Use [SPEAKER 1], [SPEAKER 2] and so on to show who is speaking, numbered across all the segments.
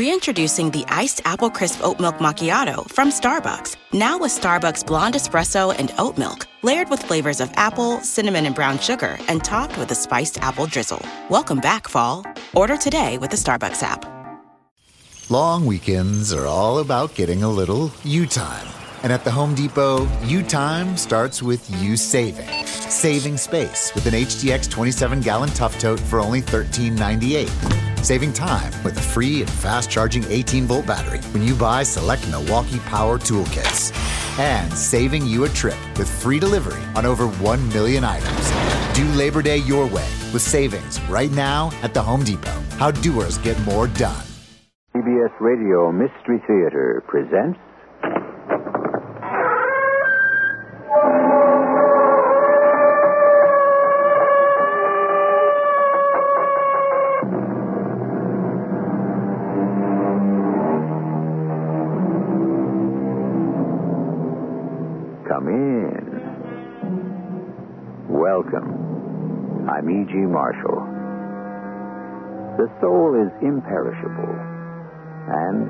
[SPEAKER 1] Reintroducing the iced apple crisp oat milk macchiato from Starbucks. Now with Starbucks blonde espresso and oat milk, layered with flavors of apple, cinnamon, and brown sugar, and topped with a spiced apple drizzle. Welcome back, fall. Order today with the Starbucks app.
[SPEAKER 2] Long weekends are all about getting a little you time. And at the Home Depot, you time starts with you saving. Saving space with an HDX 27 gallon tough tote for only $13.98. Saving time with a free and fast charging 18 volt battery when you buy select Milwaukee Power toolkits. And saving you a trip with free delivery on over 1 million items. Do Labor Day your way with savings right now at the Home Depot. How doers get more done.
[SPEAKER 3] CBS Radio Mystery Theater presents. Come in. Welcome. I'm E.G. Marshall. The soul is imperishable and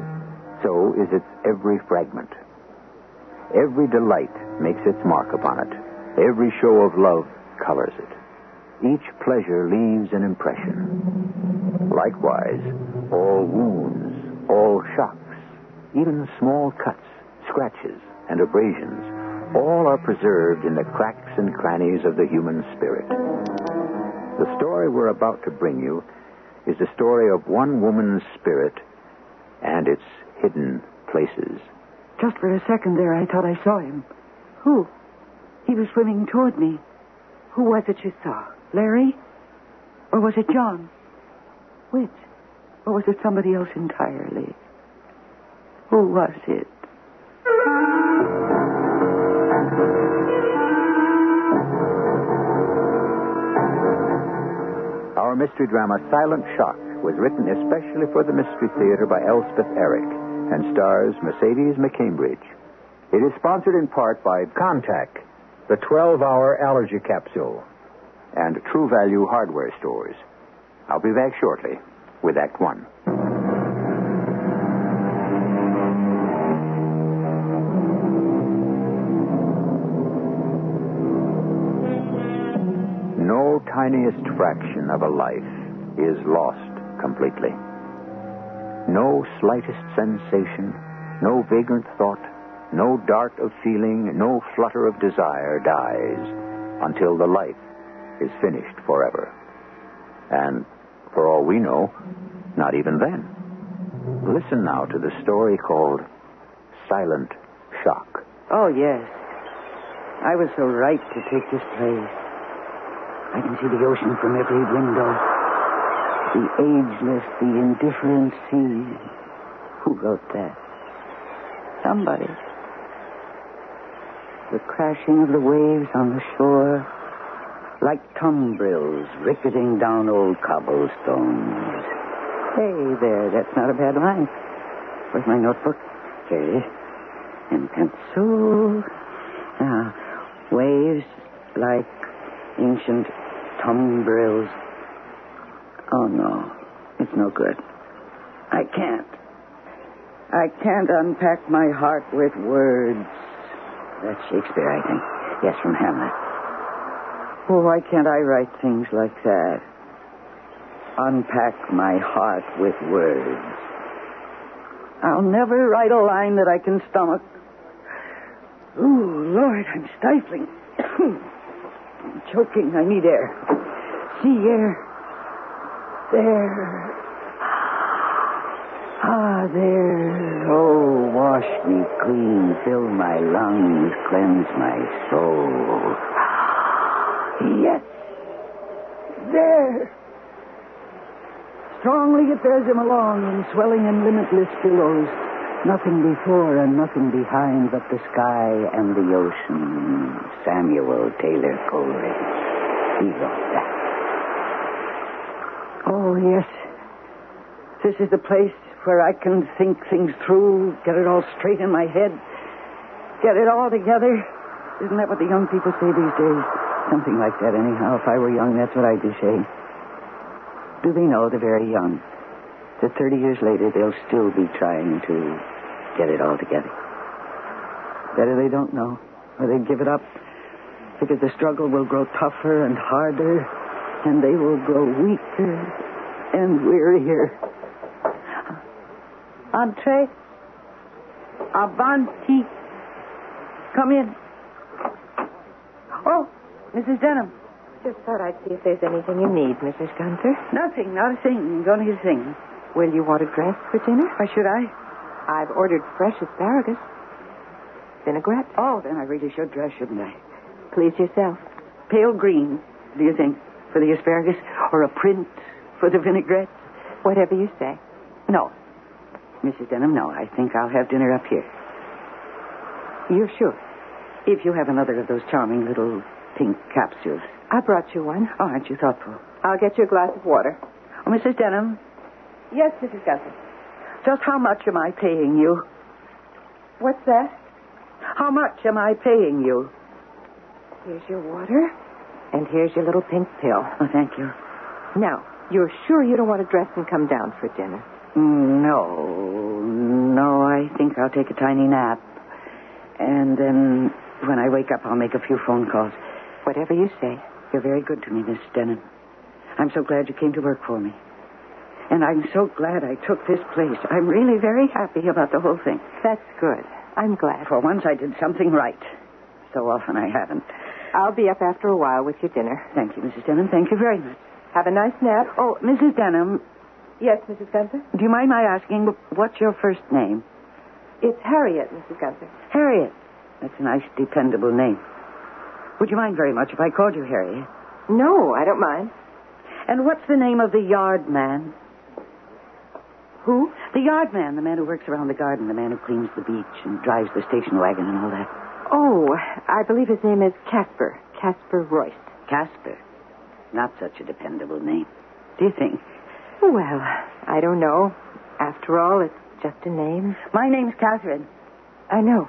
[SPEAKER 3] so is its every fragment. Every delight makes its mark upon it. Every show of love colors it. Each pleasure leaves an impression. Likewise, all wounds, all shocks, even small cuts, scratches, and abrasions, all are preserved in the cracks and crannies of the human spirit. The story we're about to bring you is the story of one woman's spirit and its hidden places.
[SPEAKER 4] Just for a second there, I thought I saw him. Who? He was swimming toward me. Who was it you saw? Larry? Or was it John? Which? Or was it somebody else entirely? Who was it?
[SPEAKER 3] Our mystery drama, Silent Shock, was written especially for the Mystery Theater by Elspeth Eric and stars Mercedes McCambridge. It is sponsored in part by Contact, the 12 hour allergy capsule, and True Value Hardware Stores. I'll be back shortly with Act One. No tiniest fraction of a life is lost completely. No slightest sensation, no vagrant thought, no dart of feeling, no flutter of desire dies until the life is finished forever. And for all we know, not even then. Listen now to the story called Silent Shock.
[SPEAKER 4] Oh, yes. I was so right to take this place. I can see the ocean from every window the ageless, the indifferent sea. Who wrote that? Somebody. The crashing of the waves on the shore, like tumbrils ricketing down old cobblestones. Hey there, that's not a bad line. Where's my notebook? Here it is. And pencil. Now, waves like ancient tumbrils Oh, no. It's no good. I can't. I can't unpack my heart with words. That's Shakespeare, I think. Yes, from Hamlet. Well, why can't I write things like that? Unpack my heart with words. I'll never write a line that I can stomach. Ooh, Lord, I'm stifling. I'm choking. I need air. Sea air. There. Ah, there. Oh, wash me clean, fill my lungs, cleanse my soul. Yes. There. Strongly it bears him along in swelling and limitless billows. Nothing before and nothing behind but the sky and the ocean. Samuel Taylor Coleridge. He wrote that. Oh, yes. This is the place where I can think things through, get it all straight in my head, get it all together. Isn't that what the young people say these days? Something like that, anyhow. If I were young, that's what I'd be saying. Do they know the very young? that 30 years later they'll still be trying to get it all together. Better they don't know, or they give it up, because the struggle will grow tougher and harder, and they will grow weaker and wearier. Entree. Avanti. Come in. Oh, Mrs. Denham.
[SPEAKER 5] Just thought I'd see if there's anything you need, Mrs. Gunther.
[SPEAKER 4] Nothing, not a thing. Don't need a thing.
[SPEAKER 5] Will you want a dress for dinner?
[SPEAKER 4] Why should I?
[SPEAKER 5] I've ordered fresh asparagus. Vinaigrette.
[SPEAKER 4] Oh, then I really should dress, shouldn't I?
[SPEAKER 5] Please yourself.
[SPEAKER 4] Pale green, do you think, for the asparagus, or a print for the vinaigrette?
[SPEAKER 5] Whatever you say.
[SPEAKER 4] No. Mrs. Denham, no. I think I'll have dinner up here. You're sure? If you have another of those charming little pink capsules.
[SPEAKER 5] I brought you one.
[SPEAKER 4] Oh, aren't you thoughtful?
[SPEAKER 5] I'll get you a glass of water.
[SPEAKER 4] Oh, Mrs. Denham,
[SPEAKER 5] Yes, Mrs. Gunther.
[SPEAKER 4] just how much am I paying you?
[SPEAKER 5] What's that?
[SPEAKER 4] How much am I paying you?
[SPEAKER 5] Here's your water. And here's your little pink pill.
[SPEAKER 4] Oh, thank you.
[SPEAKER 5] Now, you're sure you don't want to dress and come down for dinner?
[SPEAKER 4] Mm, No, no, I think I'll take a tiny nap. And then when I wake up, I'll make a few phone calls.
[SPEAKER 5] Whatever you say.
[SPEAKER 4] You're very good to me, Miss Denham. I'm so glad you came to work for me. And I'm so glad I took this place. I'm really very happy about the whole thing.
[SPEAKER 5] That's good. I'm glad.
[SPEAKER 4] For once, I did something right. So often I haven't.
[SPEAKER 5] I'll be up after a while with your dinner.
[SPEAKER 4] Thank you, Mrs. Denham. Thank you very much.
[SPEAKER 5] Have a nice nap.
[SPEAKER 4] Oh, Mrs. Denham,
[SPEAKER 5] Yes, Mrs. Gunther.
[SPEAKER 4] do you mind my asking what's your first name?
[SPEAKER 5] It's Harriet, Mrs. Gunther.
[SPEAKER 4] Harriet. That's a nice, dependable name. Would you mind very much if I called you Harriet?
[SPEAKER 5] No, I don't mind.
[SPEAKER 4] And what's the name of the yard man?
[SPEAKER 5] Who?
[SPEAKER 4] The yard man, the man who works around the garden, the man who cleans the beach and drives the station wagon and all that.
[SPEAKER 5] Oh, I believe his name is Casper. Casper Royce.
[SPEAKER 4] Casper. Not such a dependable name. Do you think?
[SPEAKER 5] Oh, Well, I don't know. After all, it's just a name.
[SPEAKER 4] My name's Catherine.
[SPEAKER 5] I know,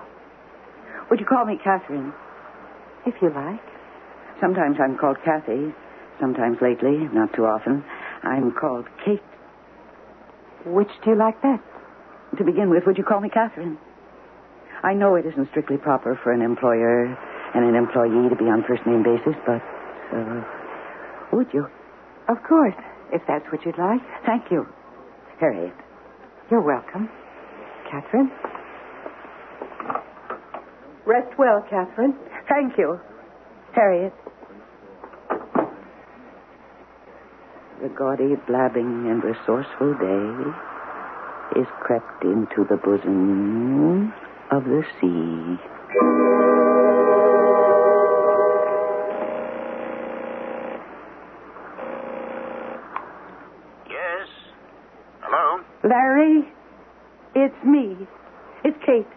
[SPEAKER 4] Would you call me Catherine?
[SPEAKER 5] if you like.
[SPEAKER 4] Sometimes I'm called Kathy. Sometimes lately, not too often, I'm called Kate.
[SPEAKER 5] Which do you like best?
[SPEAKER 4] To begin with, would you call me Catherine? I know it isn't strictly proper for an employer and an employee to be on first name basis, but uh, would you?
[SPEAKER 5] Of course, if that's what you'd like.
[SPEAKER 4] Thank you, Harriet.
[SPEAKER 5] You're welcome. Catherine? Rest well, Catherine.
[SPEAKER 4] Thank you, Harriet. The gaudy, blabbing, and resourceful day is crept into the bosom of the sea.
[SPEAKER 6] Yes. Hello?
[SPEAKER 4] Larry, it's me. It's Kate.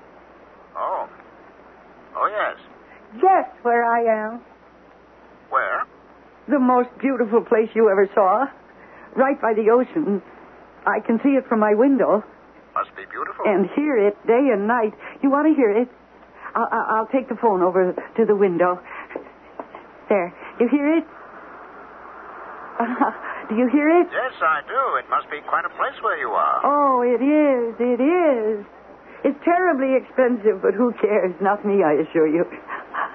[SPEAKER 6] Oh. Oh, yes.
[SPEAKER 4] Guess where I am?
[SPEAKER 6] Where?
[SPEAKER 4] The most beautiful place you ever saw. Right by the ocean. I can see it from my window
[SPEAKER 6] Must be beautiful.
[SPEAKER 4] and hear it day and night. You want to hear it? I'll, I'll, I'll take the phone over to the window. There. You hear it? do you hear it?
[SPEAKER 6] Yes, I do. It must be quite a place where you are.
[SPEAKER 4] Oh, it is. It is. It's terribly expensive, but who cares? Not me, I assure you.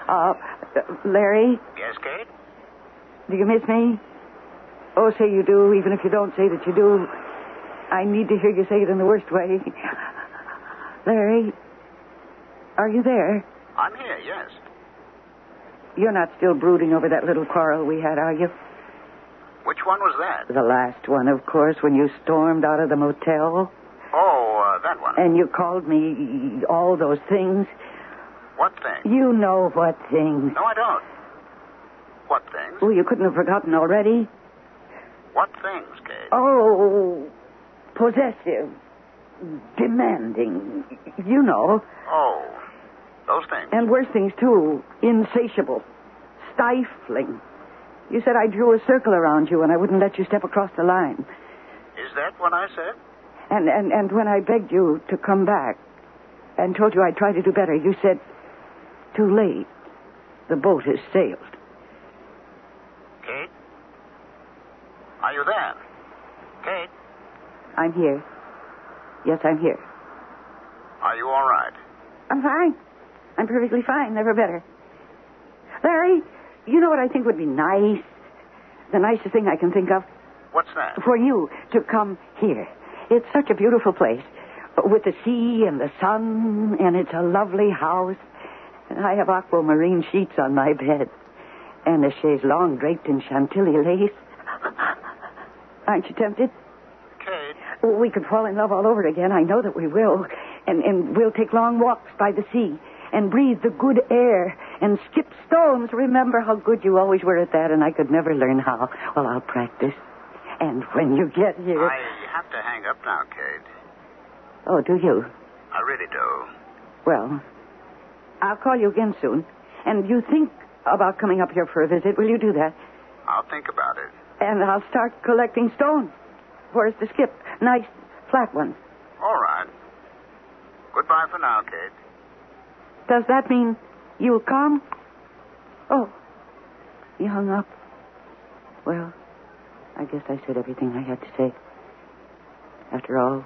[SPEAKER 4] Uh, Larry,
[SPEAKER 6] Yes, Kate?
[SPEAKER 4] Do you miss me? Oh, say you do, even if you don't say that you do. I need to hear you say it in the worst way. Larry, are you there?
[SPEAKER 6] I'm here, yes.
[SPEAKER 4] You're not still brooding over that little quarrel we had, are you?
[SPEAKER 6] Which one was that?
[SPEAKER 4] The last one, of course, when you stormed out of the motel
[SPEAKER 6] Oh, uh, that one.
[SPEAKER 3] Eh.
[SPEAKER 4] and you called me all those things.
[SPEAKER 6] What thing?
[SPEAKER 4] You know what things.
[SPEAKER 6] No, I don't. What things?
[SPEAKER 4] Oh, you couldn't have forgotten already.
[SPEAKER 6] What things, Kate?
[SPEAKER 4] Oh, possessive, demanding. You know.
[SPEAKER 6] Oh, those things.
[SPEAKER 4] And worse things, too. Insatiable. Stifling. You said I drew a circle around you and I wouldn't let you step across the line.
[SPEAKER 6] Is that what I said?
[SPEAKER 4] And, and, and when I begged you to come back and told you I'd try to do better, you said, too late. The boat has sailed.
[SPEAKER 6] Kate? Are you there? Kate?
[SPEAKER 5] I'm here. Yes, I'm here.
[SPEAKER 6] Are you all right?
[SPEAKER 5] I'm fine. I'm perfectly fine. Never better.
[SPEAKER 4] Larry, you know what I think would be nice? The nicest thing I can think of?
[SPEAKER 6] What's that?
[SPEAKER 4] For you to come here. It's such a beautiful place with the sea and the sun, and it's a lovely house. And I have aquamarine sheets on my bed and a chaise longue draped in chantilly lace. Aren't you tempted?
[SPEAKER 6] Kate,
[SPEAKER 4] We could fall in love all over again. I know that we will. And, and we'll take long walks by the sea and breathe the good air and skip stones. Remember how good you always were at that, and I could never learn how. Well, I'll practice. And when you get here.
[SPEAKER 6] I have to hang up now, Kate.
[SPEAKER 4] Oh, do you?
[SPEAKER 6] I really do.
[SPEAKER 4] Well, I'll call you again soon. And you think about coming up here for a visit. Will you do that?
[SPEAKER 6] I'll think about it.
[SPEAKER 4] And I'll start collecting stones. Where's the skip? Nice, flat one.
[SPEAKER 6] All right. Goodbye for now, Kate.
[SPEAKER 4] Does that mean you'll come? Oh, he hung up. Well, I guess I said everything I had to say. After all,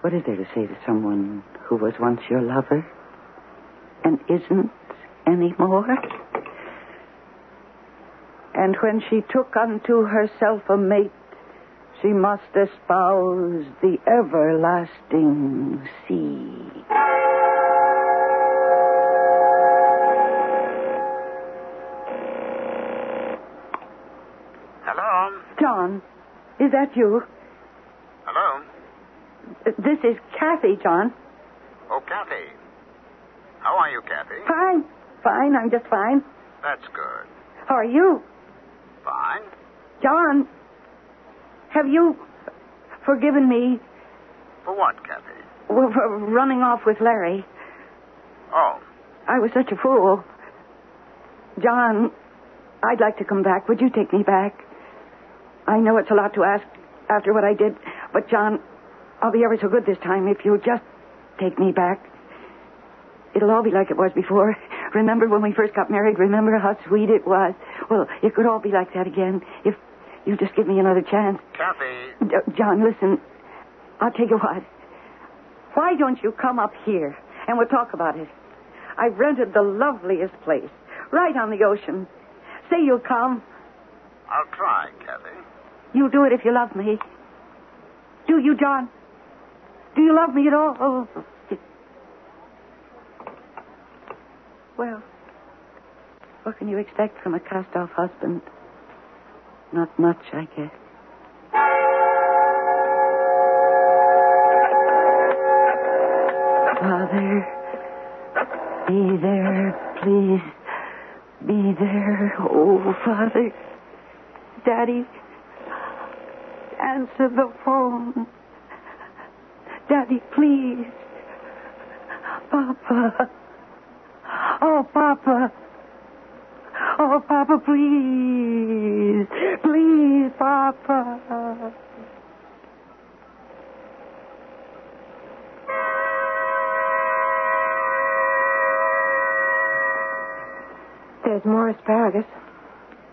[SPEAKER 4] what is there to say to someone who was once your lover and isn't anymore? And when she took unto herself a mate, she must espouse the everlasting sea.
[SPEAKER 6] Hello?
[SPEAKER 4] John, is that you?
[SPEAKER 6] Hello?
[SPEAKER 4] This is Kathy, John.
[SPEAKER 6] Oh, Kathy. How are you, Kathy?
[SPEAKER 4] Fine, fine, I'm just fine.
[SPEAKER 6] That's good.
[SPEAKER 4] How are you?
[SPEAKER 6] Fine.
[SPEAKER 4] John, have you forgiven me
[SPEAKER 6] For what, Kathy?
[SPEAKER 4] for for running off with Larry?
[SPEAKER 6] Oh,
[SPEAKER 4] I was such a fool. John, I'd like to come back. Would you take me back? I know it's a lot to ask after what I did, but John, I'll be ever so good this time if you'll just take me back. It'll all be like it was before. Remember when we first got married? Remember how sweet it was? Well, it could all be like that again if you just give me another chance.
[SPEAKER 6] Kathy.
[SPEAKER 4] D- John, listen. I'll tell you what. Why don't you come up here and we'll talk about it? I've rented the loveliest place, right on the ocean. Say you'll come.
[SPEAKER 6] I'll try, Kathy.
[SPEAKER 4] You'll do it if you love me. Do you, John? Do you love me at all? Oh. Well, what can you expect from a cast off husband? Not much, I guess. Father, be there, please. Be there, oh, Father. Daddy, answer the phone. Daddy, please. Papa. Oh, Papa. Oh, Papa, please. Please, Papa.
[SPEAKER 5] There's more asparagus.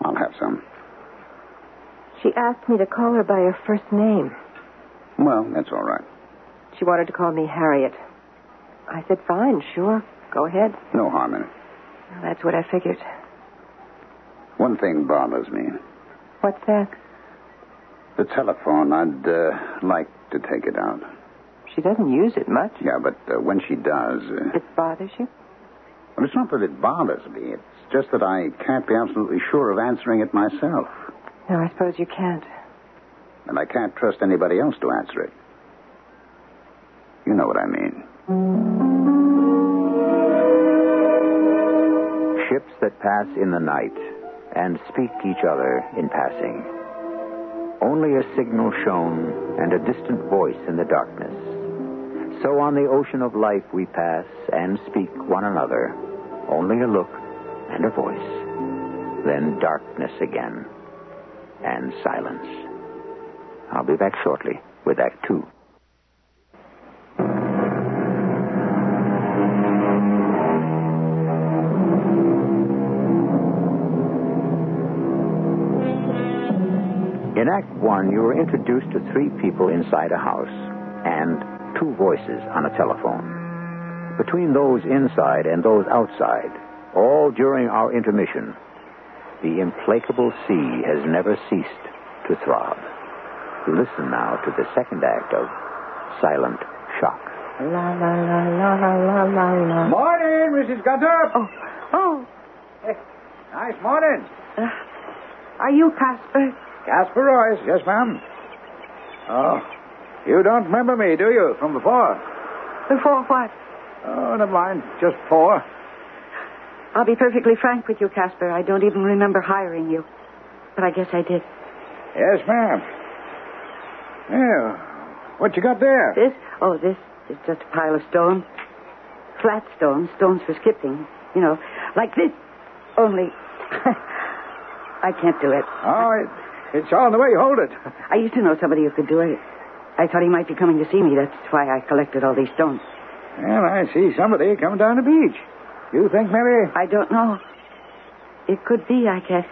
[SPEAKER 6] I'll have some.
[SPEAKER 5] She asked me to call her by her first name.
[SPEAKER 6] Well, that's all right.
[SPEAKER 5] She wanted to call me Harriet. I said, fine, sure. Go ahead.
[SPEAKER 6] No harm in it.
[SPEAKER 5] That's what I figured.
[SPEAKER 6] One thing bothers me.
[SPEAKER 5] What's that?
[SPEAKER 6] The telephone, I'd uh, like to take it out.
[SPEAKER 5] She doesn't use it much.
[SPEAKER 6] Yeah, but uh, when she does. Uh,
[SPEAKER 5] It bothers you?
[SPEAKER 6] well, it's not that it bothers me. It's just that I can't be absolutely sure of answering it myself.
[SPEAKER 5] No, I suppose you can't.
[SPEAKER 6] And I can't trust anybody else to answer it. You know what I mean.
[SPEAKER 3] Ships that pass in the night and speak each other in passing. Only a signal shown and a distant voice in the darkness. So on the ocean of life we pass and speak one another. Only a look and a voice. Then darkness again and silence. I'll be back shortly with Act Two.
[SPEAKER 7] In Act One, you were introduced to three people inside a house and two voices on a telephone. Between those inside and those outside, all during our intermission, the implacable sea has never ceased to throb. Listen now to the second act of Silent Shock.
[SPEAKER 8] La la la la la la la.
[SPEAKER 3] Morning, Mrs. Gunter.
[SPEAKER 4] Oh, oh,
[SPEAKER 3] Nice morning.
[SPEAKER 4] uh, are you Casper?
[SPEAKER 3] Casper Royce. Yes, ma'am. Oh, you don't remember me, do you, from before?
[SPEAKER 4] Before what?
[SPEAKER 3] Oh, never mind. Just four.
[SPEAKER 4] I'll be perfectly frank with you, Casper. I don't even remember hiring you. But I guess I did.
[SPEAKER 3] Yes, ma'am. Yeah. What you got there?
[SPEAKER 4] This? Oh, this is just a pile of stone. Flat stones, stones for skipping. You know, like this. Only, I can't do it.
[SPEAKER 3] Oh, it, it's all in the way you hold it.
[SPEAKER 4] I used to know somebody who could do it. I thought he might be coming to see me. That's why I collected all these stones.
[SPEAKER 3] Well, I see somebody coming down the beach. You think maybe?
[SPEAKER 4] I don't know. It could be, I guess.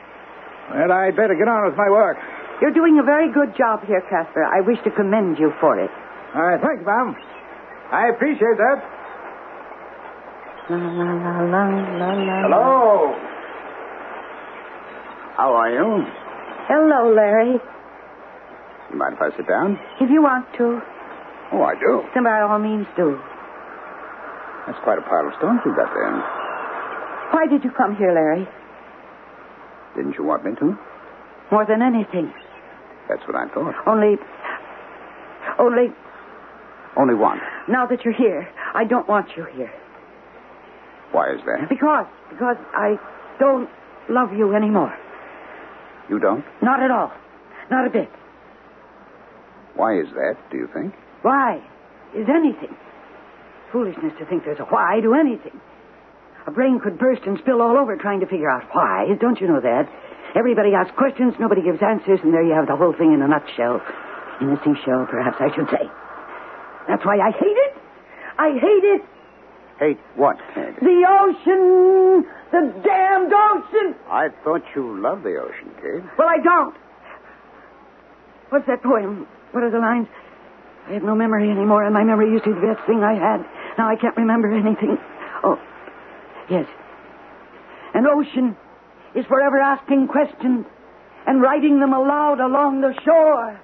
[SPEAKER 3] Well, I'd better get on with my work.
[SPEAKER 4] You're doing a very good job here, Casper. I wish to commend you for it.
[SPEAKER 3] All right, thank you, ma'am. I appreciate that.
[SPEAKER 4] La, la, la, la, la, la.
[SPEAKER 3] Hello. How are you?
[SPEAKER 4] Hello, Larry.
[SPEAKER 3] You mind if I sit down?
[SPEAKER 4] If you want to,
[SPEAKER 3] Oh, I do.
[SPEAKER 4] then by all means do.
[SPEAKER 3] That's quite a pile of stones you got there.
[SPEAKER 4] Why did you come here, Larry?
[SPEAKER 3] Didn't you want me to?
[SPEAKER 4] More than anything.
[SPEAKER 3] That's what I thought.
[SPEAKER 4] Only. Only,
[SPEAKER 3] Only one.
[SPEAKER 4] now that you're here, I don't want you here.
[SPEAKER 3] Why is that?
[SPEAKER 4] Because. Because I don't love you anymore.
[SPEAKER 3] You don't?
[SPEAKER 4] Not at all. Not a bit.
[SPEAKER 3] Why is that, do you think?
[SPEAKER 4] Why is anything? Foolishness to think there's a why to anything. A brain could burst and spill all over trying to figure out why. Don't you know that? Everybody asks questions, nobody gives answers, and there you have the whole thing in a nutshell. In a seashell, perhaps I should say. That's why I hate it. I hate it.
[SPEAKER 3] Hate what, Ted?
[SPEAKER 4] The ocean. The damned ocean.
[SPEAKER 3] I thought you loved the ocean, Kate.
[SPEAKER 4] Well, I don't. What's that poem? What are the lines? I have no memory anymore, and my memory used to be the best thing I had. Now I can't remember anything. Oh, yes. An ocean is forever asking questions and writing them aloud along the shore.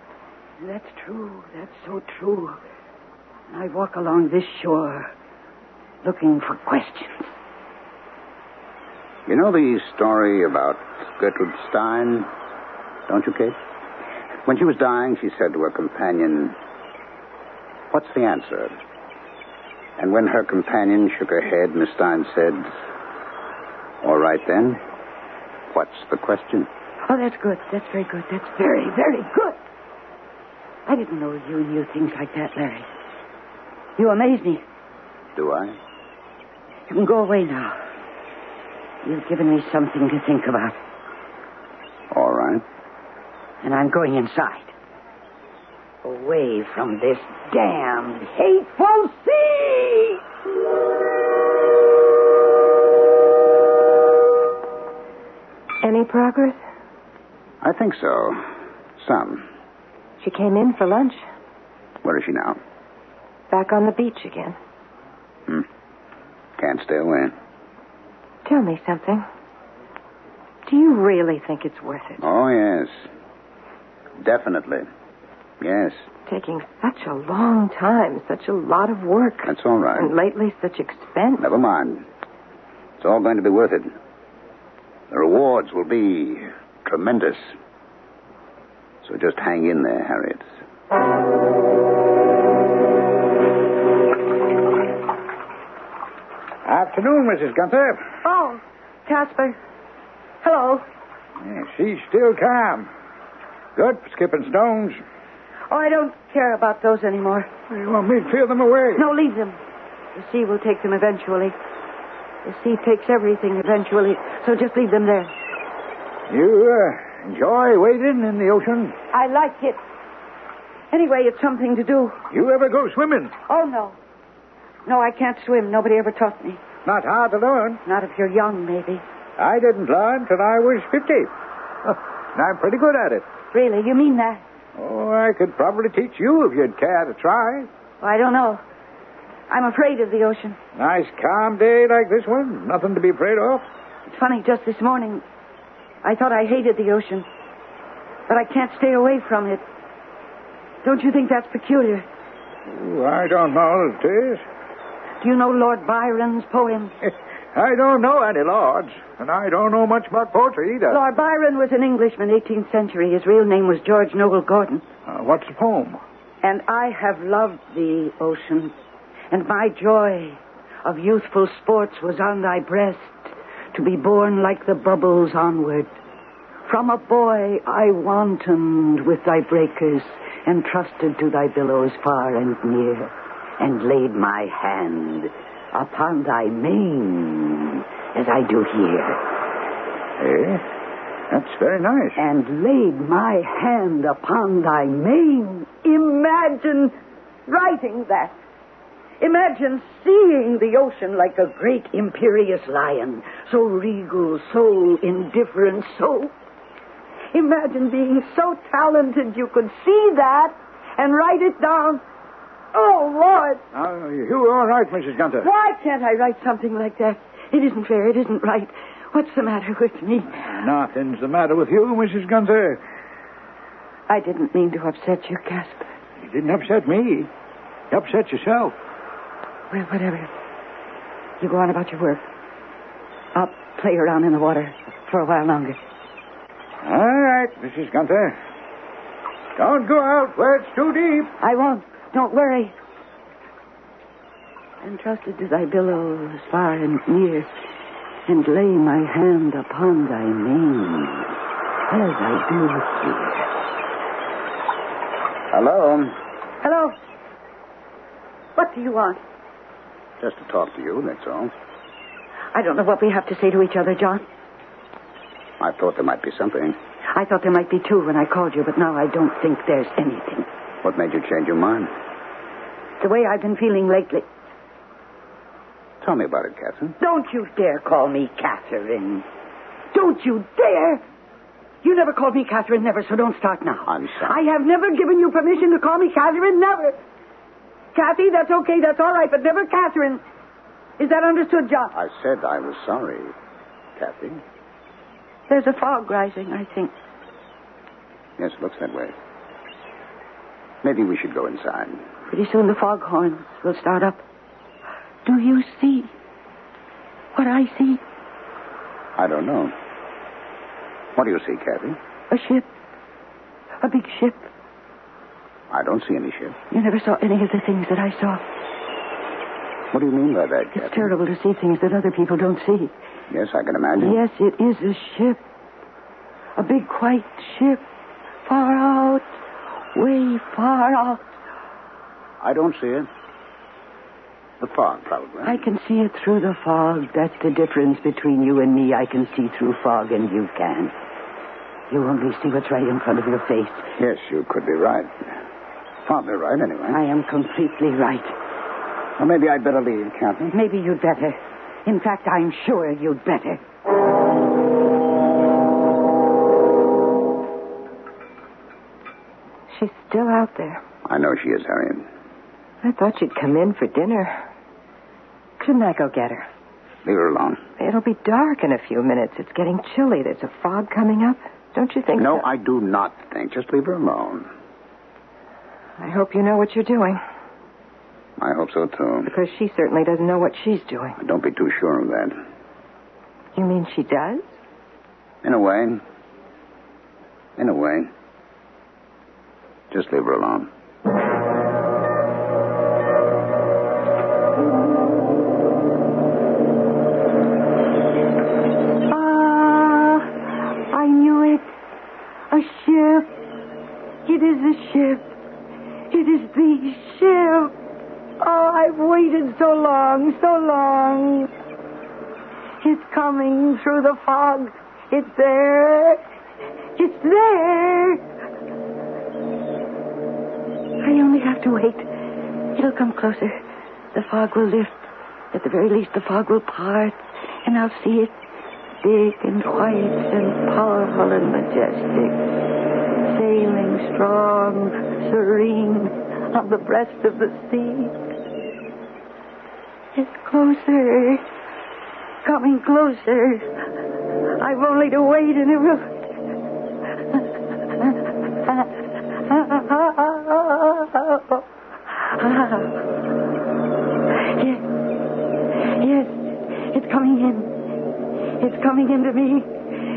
[SPEAKER 4] That's true. That's so true. And I walk along this shore looking for questions.
[SPEAKER 3] You know the story about Gertrude Stein, don't you, Kate? When she was dying, she said to her companion, What's the answer? And when her companion shook her head, Miss Stein said, All right then, what's the question?
[SPEAKER 4] Oh, that's good. That's very good. That's very, very good. I didn't know you knew things like that, Larry. You amaze me.
[SPEAKER 3] Do I?
[SPEAKER 4] You can go away now. You've given me something to think about,
[SPEAKER 3] All right.
[SPEAKER 4] and I'm going inside. Away from this damned, hateful sea!
[SPEAKER 9] Any progress?
[SPEAKER 3] I think so. Some.
[SPEAKER 9] She came in for lunch.
[SPEAKER 3] Where is she now?
[SPEAKER 9] Back on the beach again.
[SPEAKER 3] Hmm. Can't stay away.
[SPEAKER 9] Tell me something. Do you really think it's worth it?
[SPEAKER 3] Oh, yes. Definitely. Yes.
[SPEAKER 9] Taking such a long time, such a lot of work.
[SPEAKER 3] That's all right.
[SPEAKER 9] And lately, such expense.
[SPEAKER 3] Never mind. It's all going to be worth it. The rewards will be tremendous. So just hang in there, Harriet. Afternoon, Mrs. Gunther.
[SPEAKER 4] Oh, Casper. Hello.
[SPEAKER 3] she's still calm. Good for skipping stones.
[SPEAKER 4] Oh, I don't care about those anymore.
[SPEAKER 3] You want me to clear them away?
[SPEAKER 4] No, leave them. The sea will take them eventually. The sea takes everything eventually, so just leave them there.
[SPEAKER 3] You uh, enjoy wading in the ocean?
[SPEAKER 4] I like it. Anyway, it's something to do.
[SPEAKER 3] You ever go swimming?
[SPEAKER 4] Oh, no. No, I can't swim. Nobody ever taught me.
[SPEAKER 3] Not hard to learn.
[SPEAKER 4] Not if you're young, maybe.
[SPEAKER 3] I didn't learn till I was 50. and I'm pretty good at it.
[SPEAKER 4] Really, you mean that?
[SPEAKER 6] Oh, I could probably teach you if you'd care to try.
[SPEAKER 4] Well, I don't know. I'm afraid of the ocean.
[SPEAKER 6] Nice calm day like this one. Nothing to be afraid of.
[SPEAKER 4] It's funny, just this morning, I thought I hated the ocean. But I can't stay away from it. Don't you think that's peculiar?
[SPEAKER 6] Ooh, I don't know what it is.
[SPEAKER 4] Do you know Lord Byron's poems?
[SPEAKER 6] I don't know any lords, and I don't know much about poetry either.
[SPEAKER 4] Lord Byron was an Englishman, 18th century. His real name was George Noble Gordon.
[SPEAKER 6] Uh, what's the poem?
[SPEAKER 4] And I have loved thee, ocean, and my joy of youthful sports was on thy breast, to be borne like the bubbles onward. From a boy I wantoned with thy breakers, and trusted to thy billows far and near, and laid my hand upon thy mane, as I do here,
[SPEAKER 6] Eh? That's very nice.
[SPEAKER 4] and laid my hand upon thy mane. Imagine writing that. Imagine seeing the ocean like a great imperious lion, so regal, so indifferent, so. Imagine being so talented you could see that and write it down. Oh, Lord!
[SPEAKER 6] Now, you all right, Mrs. Gunther?
[SPEAKER 4] Why can't I write something like that? It isn't fair. It isn't right. What's the matter with me?
[SPEAKER 6] Nothing's the matter with you, Mrs. Gunther.
[SPEAKER 4] I didn't mean to upset you, Casper.
[SPEAKER 6] You didn't upset me. You upset yourself.
[SPEAKER 4] Well, whatever. You go on about your work. I'll play around in the water for a while longer.
[SPEAKER 6] All right, Mrs. Gunther. Don't go out where it's too deep.
[SPEAKER 4] I won't. Don't worry. And trusted to thy billows far and near, and lay my hand upon thy mane, as I do here.
[SPEAKER 6] Hello.
[SPEAKER 4] Hello. What do you want?
[SPEAKER 6] Just to talk to you, that's all.
[SPEAKER 4] I don't know what we have to say to each other, John.
[SPEAKER 6] I thought there might be something.
[SPEAKER 4] I thought there might be two when I called you, but now I don't think there's anything.
[SPEAKER 6] What made you change your mind?
[SPEAKER 4] The way I've been feeling lately.
[SPEAKER 6] Tell me about it, Catherine.
[SPEAKER 4] Don't you dare call me Catherine. Don't you dare! You never called me Catherine, never, so don't start now.
[SPEAKER 6] I'm sorry.
[SPEAKER 4] I have never given you permission to call me Catherine, never. Kathy, that's okay, that's all right, but never Catherine. Is that understood, John?
[SPEAKER 6] I said I was sorry, Kathy.
[SPEAKER 4] There's a fog rising, I think.
[SPEAKER 6] Yes, it looks that way. Maybe we should go inside.
[SPEAKER 4] Pretty soon the fog horns will start up. Do you see what I see?
[SPEAKER 6] I don't know. What do you see, Kathy?
[SPEAKER 4] A ship. A big ship.
[SPEAKER 6] I don't see any ship.
[SPEAKER 4] You never saw any of the things that I saw.
[SPEAKER 6] What do you mean by that,
[SPEAKER 4] It's
[SPEAKER 6] Kathy?
[SPEAKER 4] terrible to see things that other people don't see.
[SPEAKER 6] Yes, I can imagine.
[SPEAKER 4] Yes, it is a ship. A big white ship. Far out. Way far out.
[SPEAKER 6] I don't see it. The fog, probably.
[SPEAKER 4] I can see it through the fog. That's the difference between you and me. I can see through fog and you can. You only see what's right in front of your face.
[SPEAKER 6] Yes, you could be right. Probably right, anyway.
[SPEAKER 4] I am completely right.
[SPEAKER 6] Well, maybe I'd better leave, Captain.
[SPEAKER 4] Maybe you'd better. In fact, I'm sure you'd better. She's still out there.
[SPEAKER 6] I know she is, Harry.
[SPEAKER 4] I thought she'd come in for dinner. Couldn't I go get her?
[SPEAKER 6] Leave her alone.
[SPEAKER 4] It'll be dark in a few minutes. It's getting chilly. There's a fog coming up. Don't you think
[SPEAKER 6] No,
[SPEAKER 4] so?
[SPEAKER 6] I do not think. Just leave her alone.
[SPEAKER 4] I hope you know what you're doing,
[SPEAKER 6] I hope so, too.
[SPEAKER 4] because she certainly doesn't know what she's doing.
[SPEAKER 6] Don't be too sure of that.
[SPEAKER 4] You mean she does?
[SPEAKER 6] In a way. In a way. Just leave her alone.
[SPEAKER 4] Ah, I knew it. A ship. It is a ship. It is the ship. Oh, I've waited so long, so long. It's coming through the fog. It's there. It's there. I only have to wait. It'll come closer. The fog will lift. At the very least, the fog will part, and I'll see it big and white and powerful and majestic, sailing strong, serene, on the breast of the sea. It's closer, coming closer. I've only to wait and it will. Yes, yes, it's coming in. It's coming into me.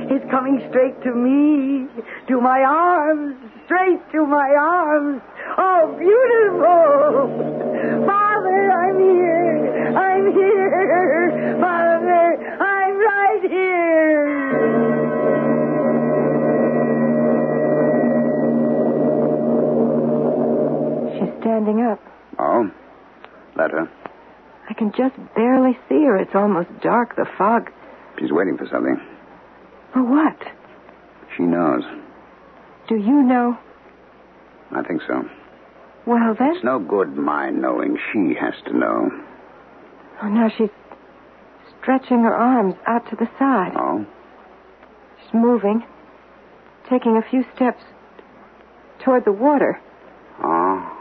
[SPEAKER 4] It's coming straight to me, to my arms, straight to my arms. Oh, beautiful! Father, I'm here. I'm here. Father, I'm right here.
[SPEAKER 10] She's standing up.
[SPEAKER 9] Oh, let her.
[SPEAKER 10] I can just barely see her. It's almost dark, the fog.
[SPEAKER 9] She's waiting for something.
[SPEAKER 10] For what?
[SPEAKER 9] She knows.
[SPEAKER 10] Do you know?
[SPEAKER 9] I think so.
[SPEAKER 10] Well, then.
[SPEAKER 9] It's no good my knowing. She has to know.
[SPEAKER 10] Oh, now she's stretching her arms out to the side.
[SPEAKER 9] Oh?
[SPEAKER 10] She's moving, taking a few steps toward the water.
[SPEAKER 9] Oh?
[SPEAKER 6] ah,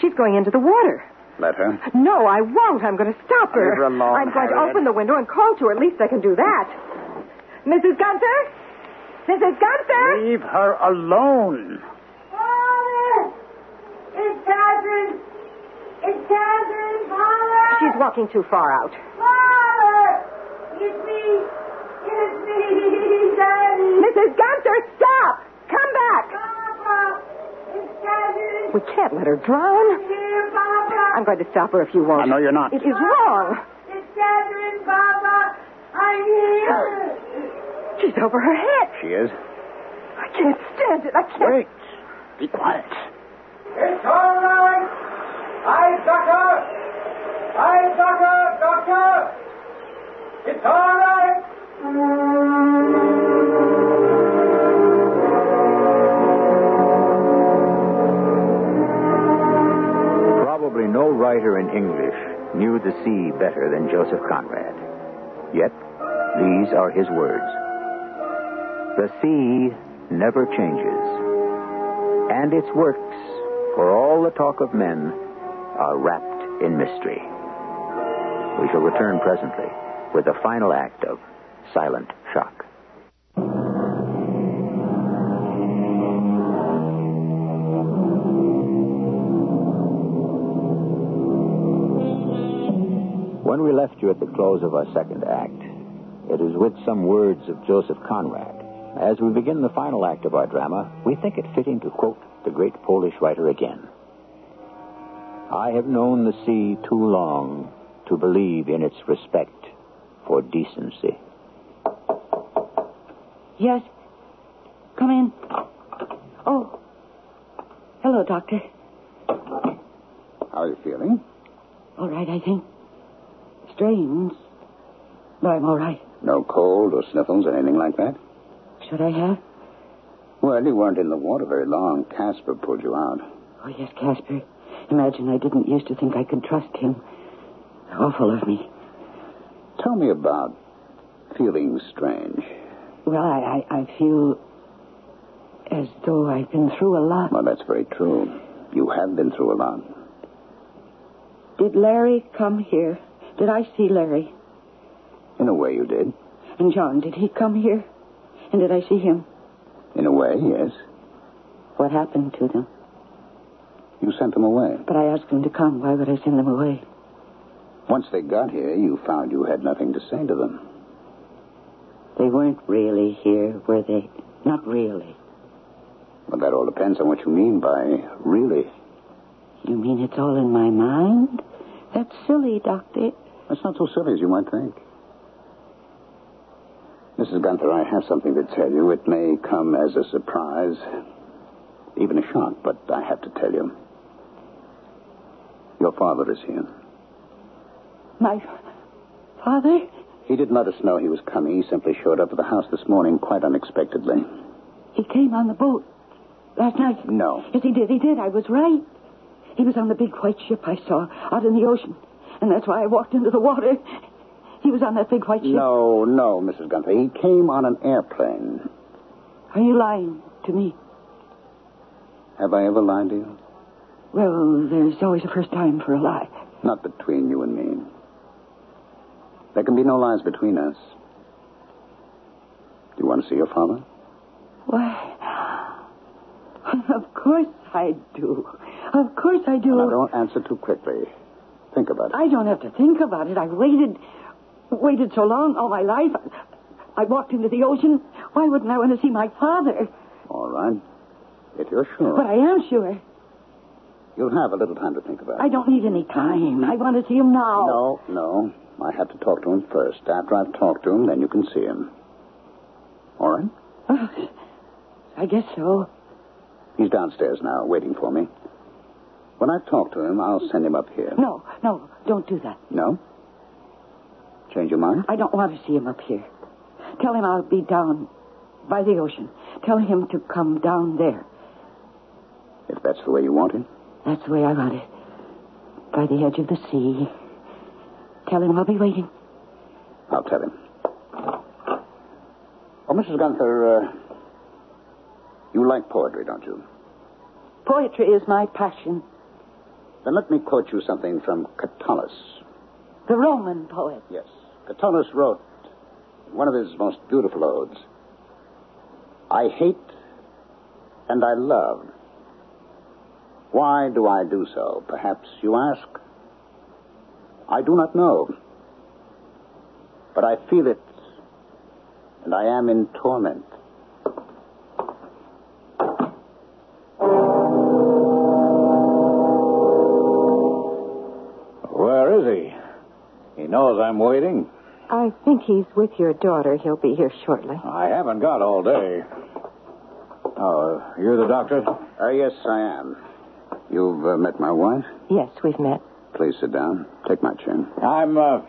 [SPEAKER 10] She's going into the water.
[SPEAKER 9] Let her.
[SPEAKER 10] No, I won't. I'm going to stop her.
[SPEAKER 9] Leave her alone,
[SPEAKER 10] I'm going
[SPEAKER 9] Harriet.
[SPEAKER 10] to open the window and call to her. At least I can do that. Mrs. Gunther? Mrs. Gunther?
[SPEAKER 9] Leave her alone.
[SPEAKER 11] Father! It's Catherine! It's Catherine! Father!
[SPEAKER 10] She's walking too far out.
[SPEAKER 11] Father! It's me! It's me! Daddy!
[SPEAKER 10] Mrs. Gunther, stop! Come back!
[SPEAKER 11] Papa! It's Catherine!
[SPEAKER 10] We can't let her drown.
[SPEAKER 11] Here, Papa!
[SPEAKER 10] I'm going to stop her if you won't.
[SPEAKER 9] I know you're not.
[SPEAKER 10] It is wrong.
[SPEAKER 11] It's Catherine, Papa! I'm here!
[SPEAKER 10] She's over her head.
[SPEAKER 9] She is.
[SPEAKER 10] I can't stand it. I can't.
[SPEAKER 9] Wait. Be quiet.
[SPEAKER 12] It's all right. I, Doctor. I, Doctor, Doctor. It's all right.
[SPEAKER 3] Probably no writer in English knew the sea better than Joseph Conrad. Yet, these are his words The sea never changes, and its works, for all the talk of men, are wrapped in mystery. We shall return presently with the final act of Silent Shock. When we left you at the close of our second act, it is with some words of Joseph Conrad. As we begin the final act of our drama, we think it fitting to quote the great Polish writer again I have known the sea too long to believe in its respect for decency.
[SPEAKER 13] Yes. Come in. Oh. Hello, Doctor.
[SPEAKER 9] How are you feeling?
[SPEAKER 13] All right, I think. Strange. But I'm all right.
[SPEAKER 9] No cold or sniffles or anything like that?
[SPEAKER 13] Should I have?
[SPEAKER 9] Well, you weren't in the water very long. Casper pulled you out.
[SPEAKER 13] Oh, yes, Casper. Imagine I didn't used to think I could trust him. Awful of me.
[SPEAKER 9] Tell me about feeling strange.
[SPEAKER 13] Well, I, I, I feel as though I've been through a lot.
[SPEAKER 9] Well, that's very true. You have been through a lot.
[SPEAKER 13] Did Larry come here? Did I see Larry?
[SPEAKER 9] In a way, you did.
[SPEAKER 13] And John, did he come here? And did I see him?
[SPEAKER 9] In a way, yes.
[SPEAKER 13] What happened to them?
[SPEAKER 9] You sent them away.
[SPEAKER 13] But I asked them to come. Why would I send them away?
[SPEAKER 9] Once they got here, you found you had nothing to say to them.
[SPEAKER 13] They weren't really here, were they? Not really.
[SPEAKER 9] Well, that all depends on what you mean by really.
[SPEAKER 13] You mean it's all in my mind? That's silly, Doctor.
[SPEAKER 9] That's not so silly as you might think. Mrs. Gunther, I have something to tell you. It may come as a surprise, even a shock, but I have to tell you. Your father is here.
[SPEAKER 13] My father?
[SPEAKER 9] He didn't let us know he was coming. He simply showed up at the house this morning quite unexpectedly.
[SPEAKER 13] He came on the boat last night.
[SPEAKER 9] No.
[SPEAKER 13] Yes, he did. He did. I was right. He was on the big white ship I saw out in the ocean. And that's why I walked into the water. He was on that big white ship.
[SPEAKER 9] Oh, No, no, Mrs. Gunther. He came on an airplane.
[SPEAKER 13] Are you lying to me?
[SPEAKER 6] Have I ever lied to you?
[SPEAKER 4] Well, there's always a first time for a lie.
[SPEAKER 6] Not between you and me. There can be no lies between us. Do you want to see your father?
[SPEAKER 4] Why? Of course I do. Of course I do.
[SPEAKER 6] Now, don't answer too quickly. Think about it.
[SPEAKER 4] I don't have to think about it. I've waited, waited so long all my life. I, I walked into the ocean. Why wouldn't I want to see my father?
[SPEAKER 6] All right. If you're sure.
[SPEAKER 4] But I am sure.
[SPEAKER 6] You'll have a little time to think about it.
[SPEAKER 4] I don't need any time. I want to see him now.
[SPEAKER 6] No, no. I have to talk to him first. After I've talked to him, then you can see him. All right?
[SPEAKER 4] Oh, I guess so.
[SPEAKER 6] He's downstairs now, waiting for me. When I've talked to him, I'll send him up here.
[SPEAKER 4] No, no, don't do that.
[SPEAKER 6] No? Change your mind?
[SPEAKER 4] I don't want to see him up here. Tell him I'll be down by the ocean. Tell him to come down there.
[SPEAKER 6] If that's the way you want him?
[SPEAKER 4] That's the way I want it. By the edge of the sea. Tell him I'll be waiting.
[SPEAKER 6] I'll tell him. Oh, Mrs. Gunther, uh, you like poetry, don't you?
[SPEAKER 4] Poetry is my passion.
[SPEAKER 6] Then let me quote you something from Catullus.
[SPEAKER 4] The Roman poet.
[SPEAKER 6] Yes. Catullus wrote one of his most beautiful odes I hate and I love. Why do I do so? Perhaps you ask. I do not know. But I feel it, and I am in torment.
[SPEAKER 3] Where is he? He knows I'm waiting.
[SPEAKER 13] I think he's with your daughter. He'll be here shortly.
[SPEAKER 3] I haven't got all day. Oh, you're the doctor?
[SPEAKER 6] Uh, yes, I am. You've uh, met my wife?
[SPEAKER 13] Yes, we've met.
[SPEAKER 6] Please sit down. Take my chin.
[SPEAKER 3] I'm, uh,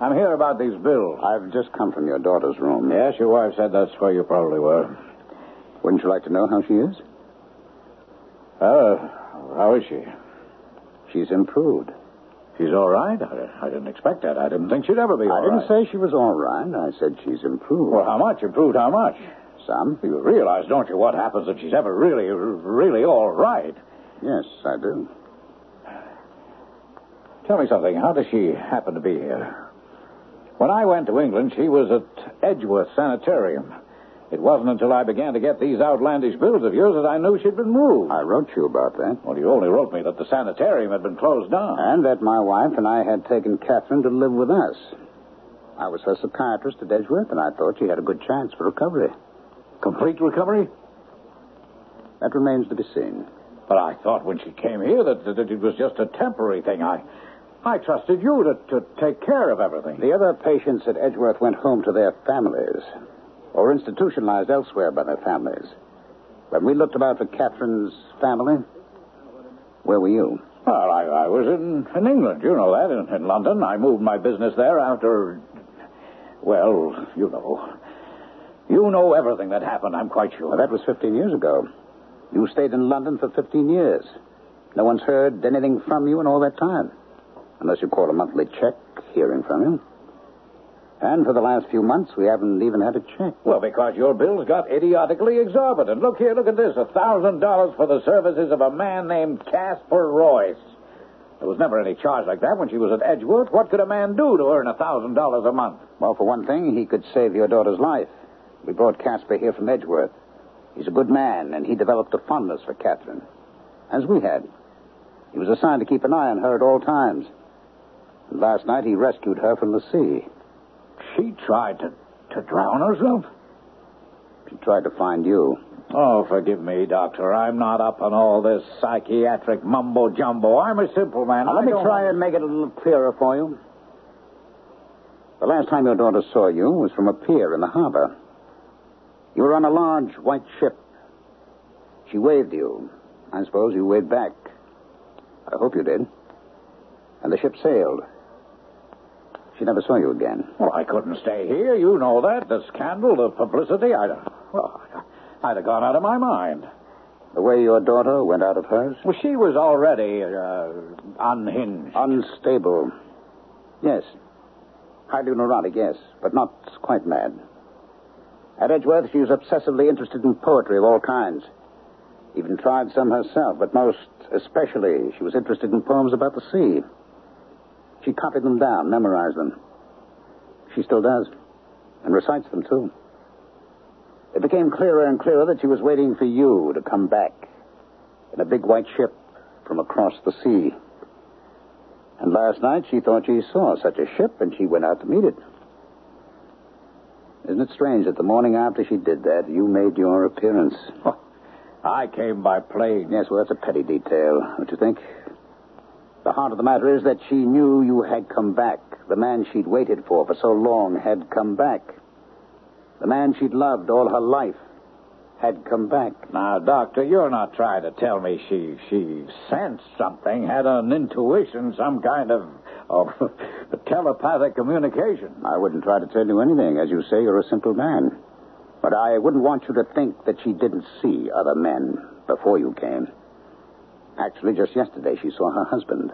[SPEAKER 3] I'm here about these bills.
[SPEAKER 6] I've just come from your daughter's room.
[SPEAKER 3] Yes, your wife said that's where you probably were.
[SPEAKER 6] Wouldn't you like to know how she is?
[SPEAKER 3] Uh, how is she?
[SPEAKER 6] She's improved.
[SPEAKER 3] She's all right. I, I, didn't expect that. I didn't think she'd ever be
[SPEAKER 6] I didn't
[SPEAKER 3] right.
[SPEAKER 6] say she was all right. I said she's improved.
[SPEAKER 3] Well, how much? Improved how much?
[SPEAKER 6] Some.
[SPEAKER 3] You realize, don't you, what happens if she's ever really, really all right?
[SPEAKER 6] Yes, I do.
[SPEAKER 3] Tell me something. How does she happen to be here? When I went to England, she was at Edgeworth Sanitarium. It wasn't until I began to get these outlandish bills of yours that I knew she'd been moved.
[SPEAKER 6] I wrote you about that.
[SPEAKER 3] Well, you only wrote me that the sanitarium had been closed down.
[SPEAKER 6] And that my wife and I had taken Catherine to live with us. I was her psychiatrist at Edgeworth, and I thought she had a good chance for recovery.
[SPEAKER 3] Complete recovery?
[SPEAKER 6] That remains to be seen.
[SPEAKER 3] But I thought when she came here that, that, that it was just a temporary thing. I, I trusted you to, to take care of everything.
[SPEAKER 6] The other patients at Edgeworth went home to their families or institutionalized elsewhere by their families. When we looked about for Catherine's family, where were you?
[SPEAKER 3] Well, I, I was in, in England, you know that, in, in London. I moved my business there after. Well, you know. You know everything that happened, I'm quite sure.
[SPEAKER 6] Well, that was 15 years ago. You stayed in London for 15 years. No one's heard anything from you in all that time. Unless you call a monthly check hearing from you. And for the last few months, we haven't even had a check.
[SPEAKER 3] Well, because your bills got idiotically exorbitant. Look here, look at this. A thousand dollars for the services of a man named Casper Royce. There was never any charge like that when she was at Edgeworth. What could a man do to earn a thousand dollars a month?
[SPEAKER 6] Well, for one thing, he could save your daughter's life. We brought Casper here from Edgeworth. He's a good man, and he developed a fondness for Catherine, as we had. He was assigned to keep an eye on her at all times. And last night, he rescued her from the sea.
[SPEAKER 3] She tried to, to drown herself?
[SPEAKER 6] She tried to find you.
[SPEAKER 3] Oh, forgive me, Doctor. I'm not up on all this psychiatric mumbo jumbo. I'm a simple man.
[SPEAKER 6] Now, let
[SPEAKER 3] I
[SPEAKER 6] me
[SPEAKER 3] don't-
[SPEAKER 6] try and make it a little clearer for you. The last time your daughter saw you was from a pier in the harbor. You were on a large white ship. She waved to you. I suppose you waved back. I hope you did. And the ship sailed. She never saw you again.
[SPEAKER 3] Well, I couldn't stay here. You know that. The scandal, the publicity. I'd, well, I'd have gone out of my mind.
[SPEAKER 6] The way your daughter went out of hers?
[SPEAKER 3] Well, she was already uh, unhinged.
[SPEAKER 6] Unstable. Yes. Highly neurotic, yes, but not quite mad. At Edgeworth, she was obsessively interested in poetry of all kinds. Even tried some herself, but most especially she was interested in poems about the sea. She copied them down, memorized them. She still does, and recites them too. It became clearer and clearer that she was waiting for you to come back in a big white ship from across the sea. And last night she thought she saw such a ship and she went out to meet it. Isn't it strange that the morning after she did that, you made your appearance?
[SPEAKER 3] Oh, I came by plane.
[SPEAKER 6] Yes, well, that's a petty detail, don't you think? The heart of the matter is that she knew you had come back. The man she'd waited for for so long had come back. The man she'd loved all her life had come back.
[SPEAKER 3] Now, Doctor, you're not trying to tell me she she sensed something, had an intuition, some kind of, of telepathic communication.
[SPEAKER 6] I wouldn't try to tell you anything. As you say, you're a simple man. But I wouldn't want you to think that she didn't see other men before you came. Actually, just yesterday she saw her husband.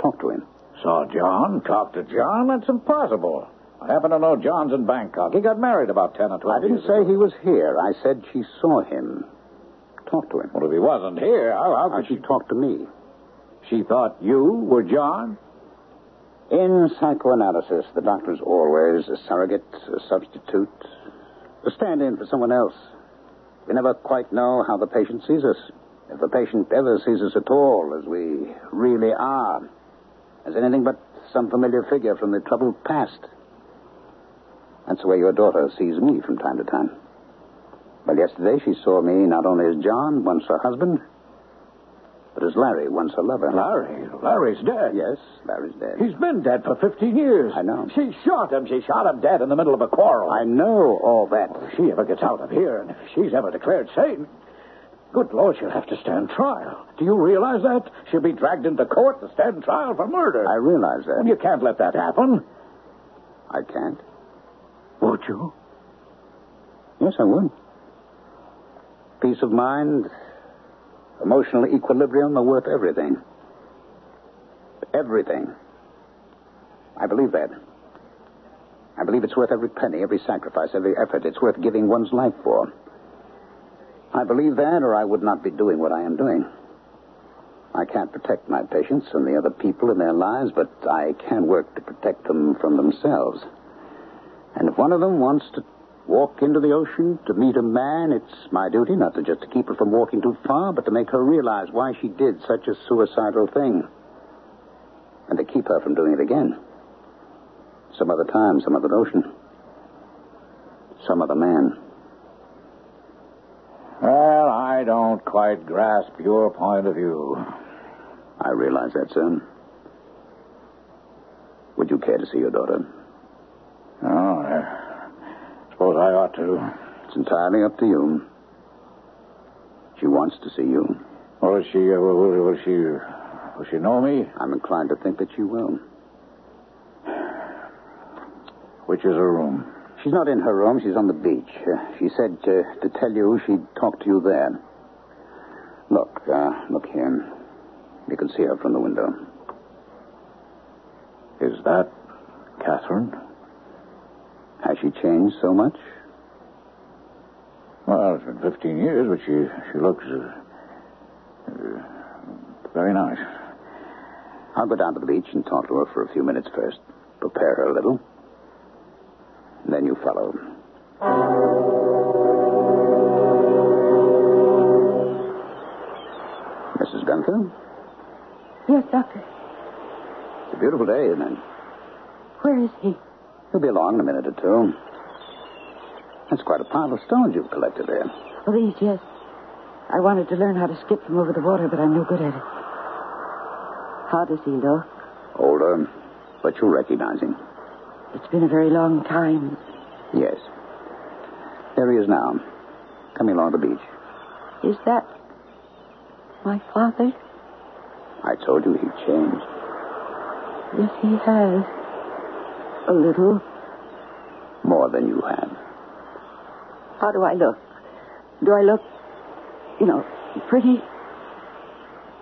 [SPEAKER 6] Talk to him.
[SPEAKER 3] Saw John? Talked to John? That's impossible. I happen to know John's in Bangkok. He got married about 10 or 12
[SPEAKER 6] I didn't
[SPEAKER 3] years
[SPEAKER 6] say
[SPEAKER 3] ago.
[SPEAKER 6] he was here. I said she saw him. Talk to him.
[SPEAKER 3] Well, if he wasn't here, how, how
[SPEAKER 6] How
[SPEAKER 3] could
[SPEAKER 6] she talk to me?
[SPEAKER 3] She thought you were John?
[SPEAKER 6] In psychoanalysis, the doctor's always a surrogate, a substitute, a stand in for someone else. We never quite know how the patient sees us, if the patient ever sees us at all as we really are, as anything but some familiar figure from the troubled past. That's the way your daughter sees me from time to time. Well, yesterday she saw me not only as John, once her husband, but as Larry, once her lover.
[SPEAKER 3] Larry. Larry's dead.
[SPEAKER 6] Yes, Larry's dead.
[SPEAKER 3] He's been dead for 15 years.
[SPEAKER 6] I know.
[SPEAKER 3] She shot him. She shot him dead in the middle of a quarrel.
[SPEAKER 6] I know all that.
[SPEAKER 3] If she ever gets out of here and if she's ever declared sane, good Lord, she'll have to stand trial. Do you realize that? She'll be dragged into court to stand trial for murder.
[SPEAKER 6] I realize that.
[SPEAKER 3] Well, you can't let that happen.
[SPEAKER 6] I can't.
[SPEAKER 3] Won't you?
[SPEAKER 6] Yes, I would. Peace of mind, emotional equilibrium are worth everything. Everything. I believe that. I believe it's worth every penny, every sacrifice, every effort. It's worth giving one's life for. I believe that, or I would not be doing what I am doing. I can't protect my patients and the other people in their lives, but I can work to protect them from themselves. And if one of them wants to walk into the ocean to meet a man, it's my duty not to just to keep her from walking too far, but to make her realize why she did such a suicidal thing. And to keep her from doing it again. Some other time, some other ocean. Some other man.
[SPEAKER 3] Well, I don't quite grasp your point of view.
[SPEAKER 6] I realize that, sir. Would you care to see your daughter?
[SPEAKER 3] Oh, I suppose I ought to.
[SPEAKER 6] It's entirely up to you. She wants to see you.
[SPEAKER 3] Or is she, uh, will, will, will she, will she know me?
[SPEAKER 6] I'm inclined to think that she will.
[SPEAKER 3] Which is her room?
[SPEAKER 6] She's not in her room. She's on the beach. Uh, she said uh, to tell you she'd talk to you there. Look, uh, look here. You can see her from the window.
[SPEAKER 3] Is that Catherine?
[SPEAKER 6] Has she changed so much?
[SPEAKER 3] Well, it's been 15 years, but she, she looks uh, uh, very nice.
[SPEAKER 6] I'll go down to the beach and talk to her for a few minutes first. Prepare her a little. And then you follow. Mrs. Gunther,
[SPEAKER 13] Yes, Doctor.
[SPEAKER 6] it's a beautiful day, isn't it?
[SPEAKER 13] Where is he?
[SPEAKER 6] He'll be along in a minute or two. That's quite a pile of stones you've collected there.
[SPEAKER 13] Oh, these, yes. I wanted to learn how to skip from over the water, but I'm no good at it. How does he look?
[SPEAKER 6] Older, but you recognize him.
[SPEAKER 13] It's been a very long time.
[SPEAKER 6] Yes. There he is now, coming along the beach.
[SPEAKER 13] Is that my father?
[SPEAKER 6] I told you he'd changed.
[SPEAKER 13] Yes, he has. A little.
[SPEAKER 6] More than you had.
[SPEAKER 13] How do I look? Do I look, you know, pretty?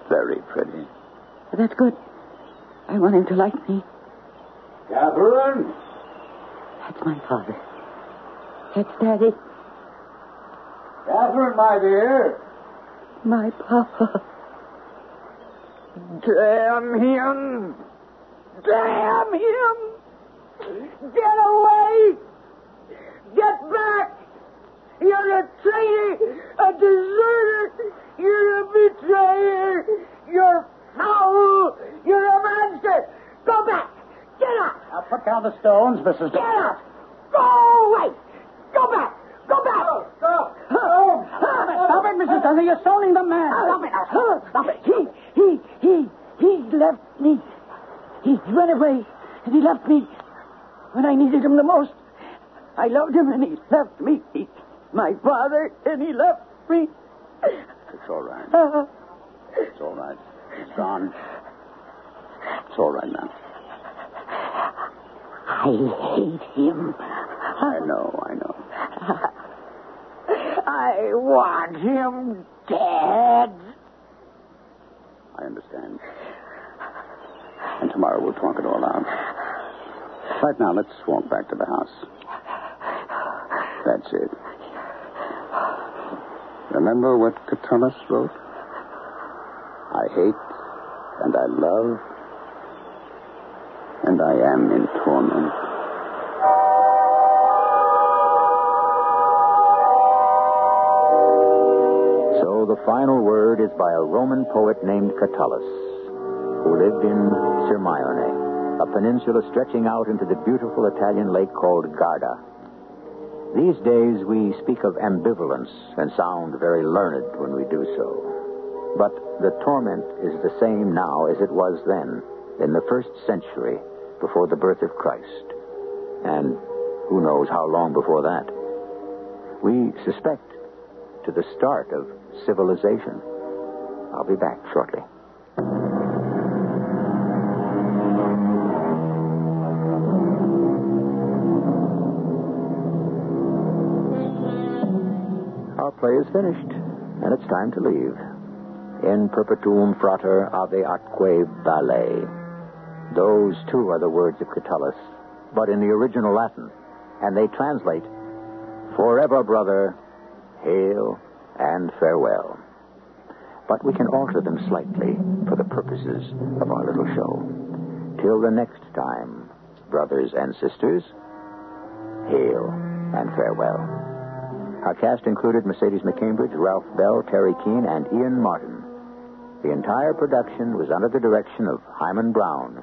[SPEAKER 6] Very pretty.
[SPEAKER 13] That's good. I want him to like me.
[SPEAKER 3] Catherine?
[SPEAKER 13] That's my father. That's Daddy.
[SPEAKER 3] Catherine, my dear.
[SPEAKER 14] My papa.
[SPEAKER 13] Damn him! Damn him! Get away! Get back! You're a traitor! A deserter! You're a betrayer! You're foul! You're a monster! Go back! Get up!
[SPEAKER 6] Now put down the stones, Mrs.
[SPEAKER 13] Get up! Go away! Go back! Go back!
[SPEAKER 6] Stop! Oh, stop it! Stop it, Mrs. Dunley! You're stoning the man!
[SPEAKER 13] Stop it! Stop it! He, he, he, he left me. He went away, and he left me when I needed him the most. I loved him, and he left me. He, my father, and he left me.
[SPEAKER 6] It's all right. Uh, it's all right. He's gone. It's all right now.
[SPEAKER 13] I hate him.
[SPEAKER 6] I know, I know.
[SPEAKER 13] I want him dead.
[SPEAKER 6] I understand. And tomorrow we'll talk it all out. Right now, let's walk back to the house. That's it. Remember what Catullus wrote? I hate and I love and I am in torment.
[SPEAKER 3] So the final word is by a Roman poet named Catullus, who lived in Sirmione, a peninsula stretching out into the beautiful Italian lake called Garda. These days we speak of ambivalence and sound very learned when we do so. But the torment is the same now as it was then in the first century before the birth of Christ, and who knows how long before that. We suspect to the start of civilization. I'll be back shortly. Our play is finished, and it's time to leave. In perpetuum frater ave atque ballet. Those, too, are the words of Catullus, but in the original Latin, and they translate Forever, brother, hail and farewell. But we can alter them slightly for the purposes of our little show. Till the next time, brothers and sisters, hail and farewell. Our cast included Mercedes McCambridge, Ralph Bell, Terry Keane, and Ian Martin. The entire production was under the direction of Hyman Brown.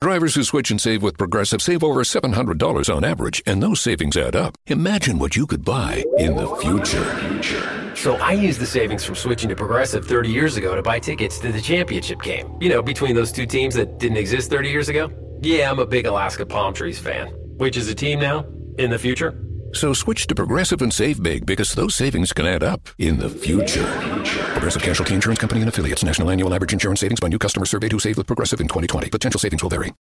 [SPEAKER 9] Drivers who switch and save with Progressive save over $700 on average, and those savings add up. Imagine what you could buy in the future.
[SPEAKER 15] So I used the savings from switching to Progressive 30 years ago to buy tickets to the championship game. You know, between those two teams that didn't exist 30 years ago. Yeah, I'm a big Alaska Palm Trees fan, which is a team now in the future.
[SPEAKER 9] So switch to Progressive and save big because those savings can add up in the future. Progressive Casualty Insurance Company and affiliates. National annual average insurance savings by new customer surveyed who saved with Progressive in 2020. Potential savings will vary.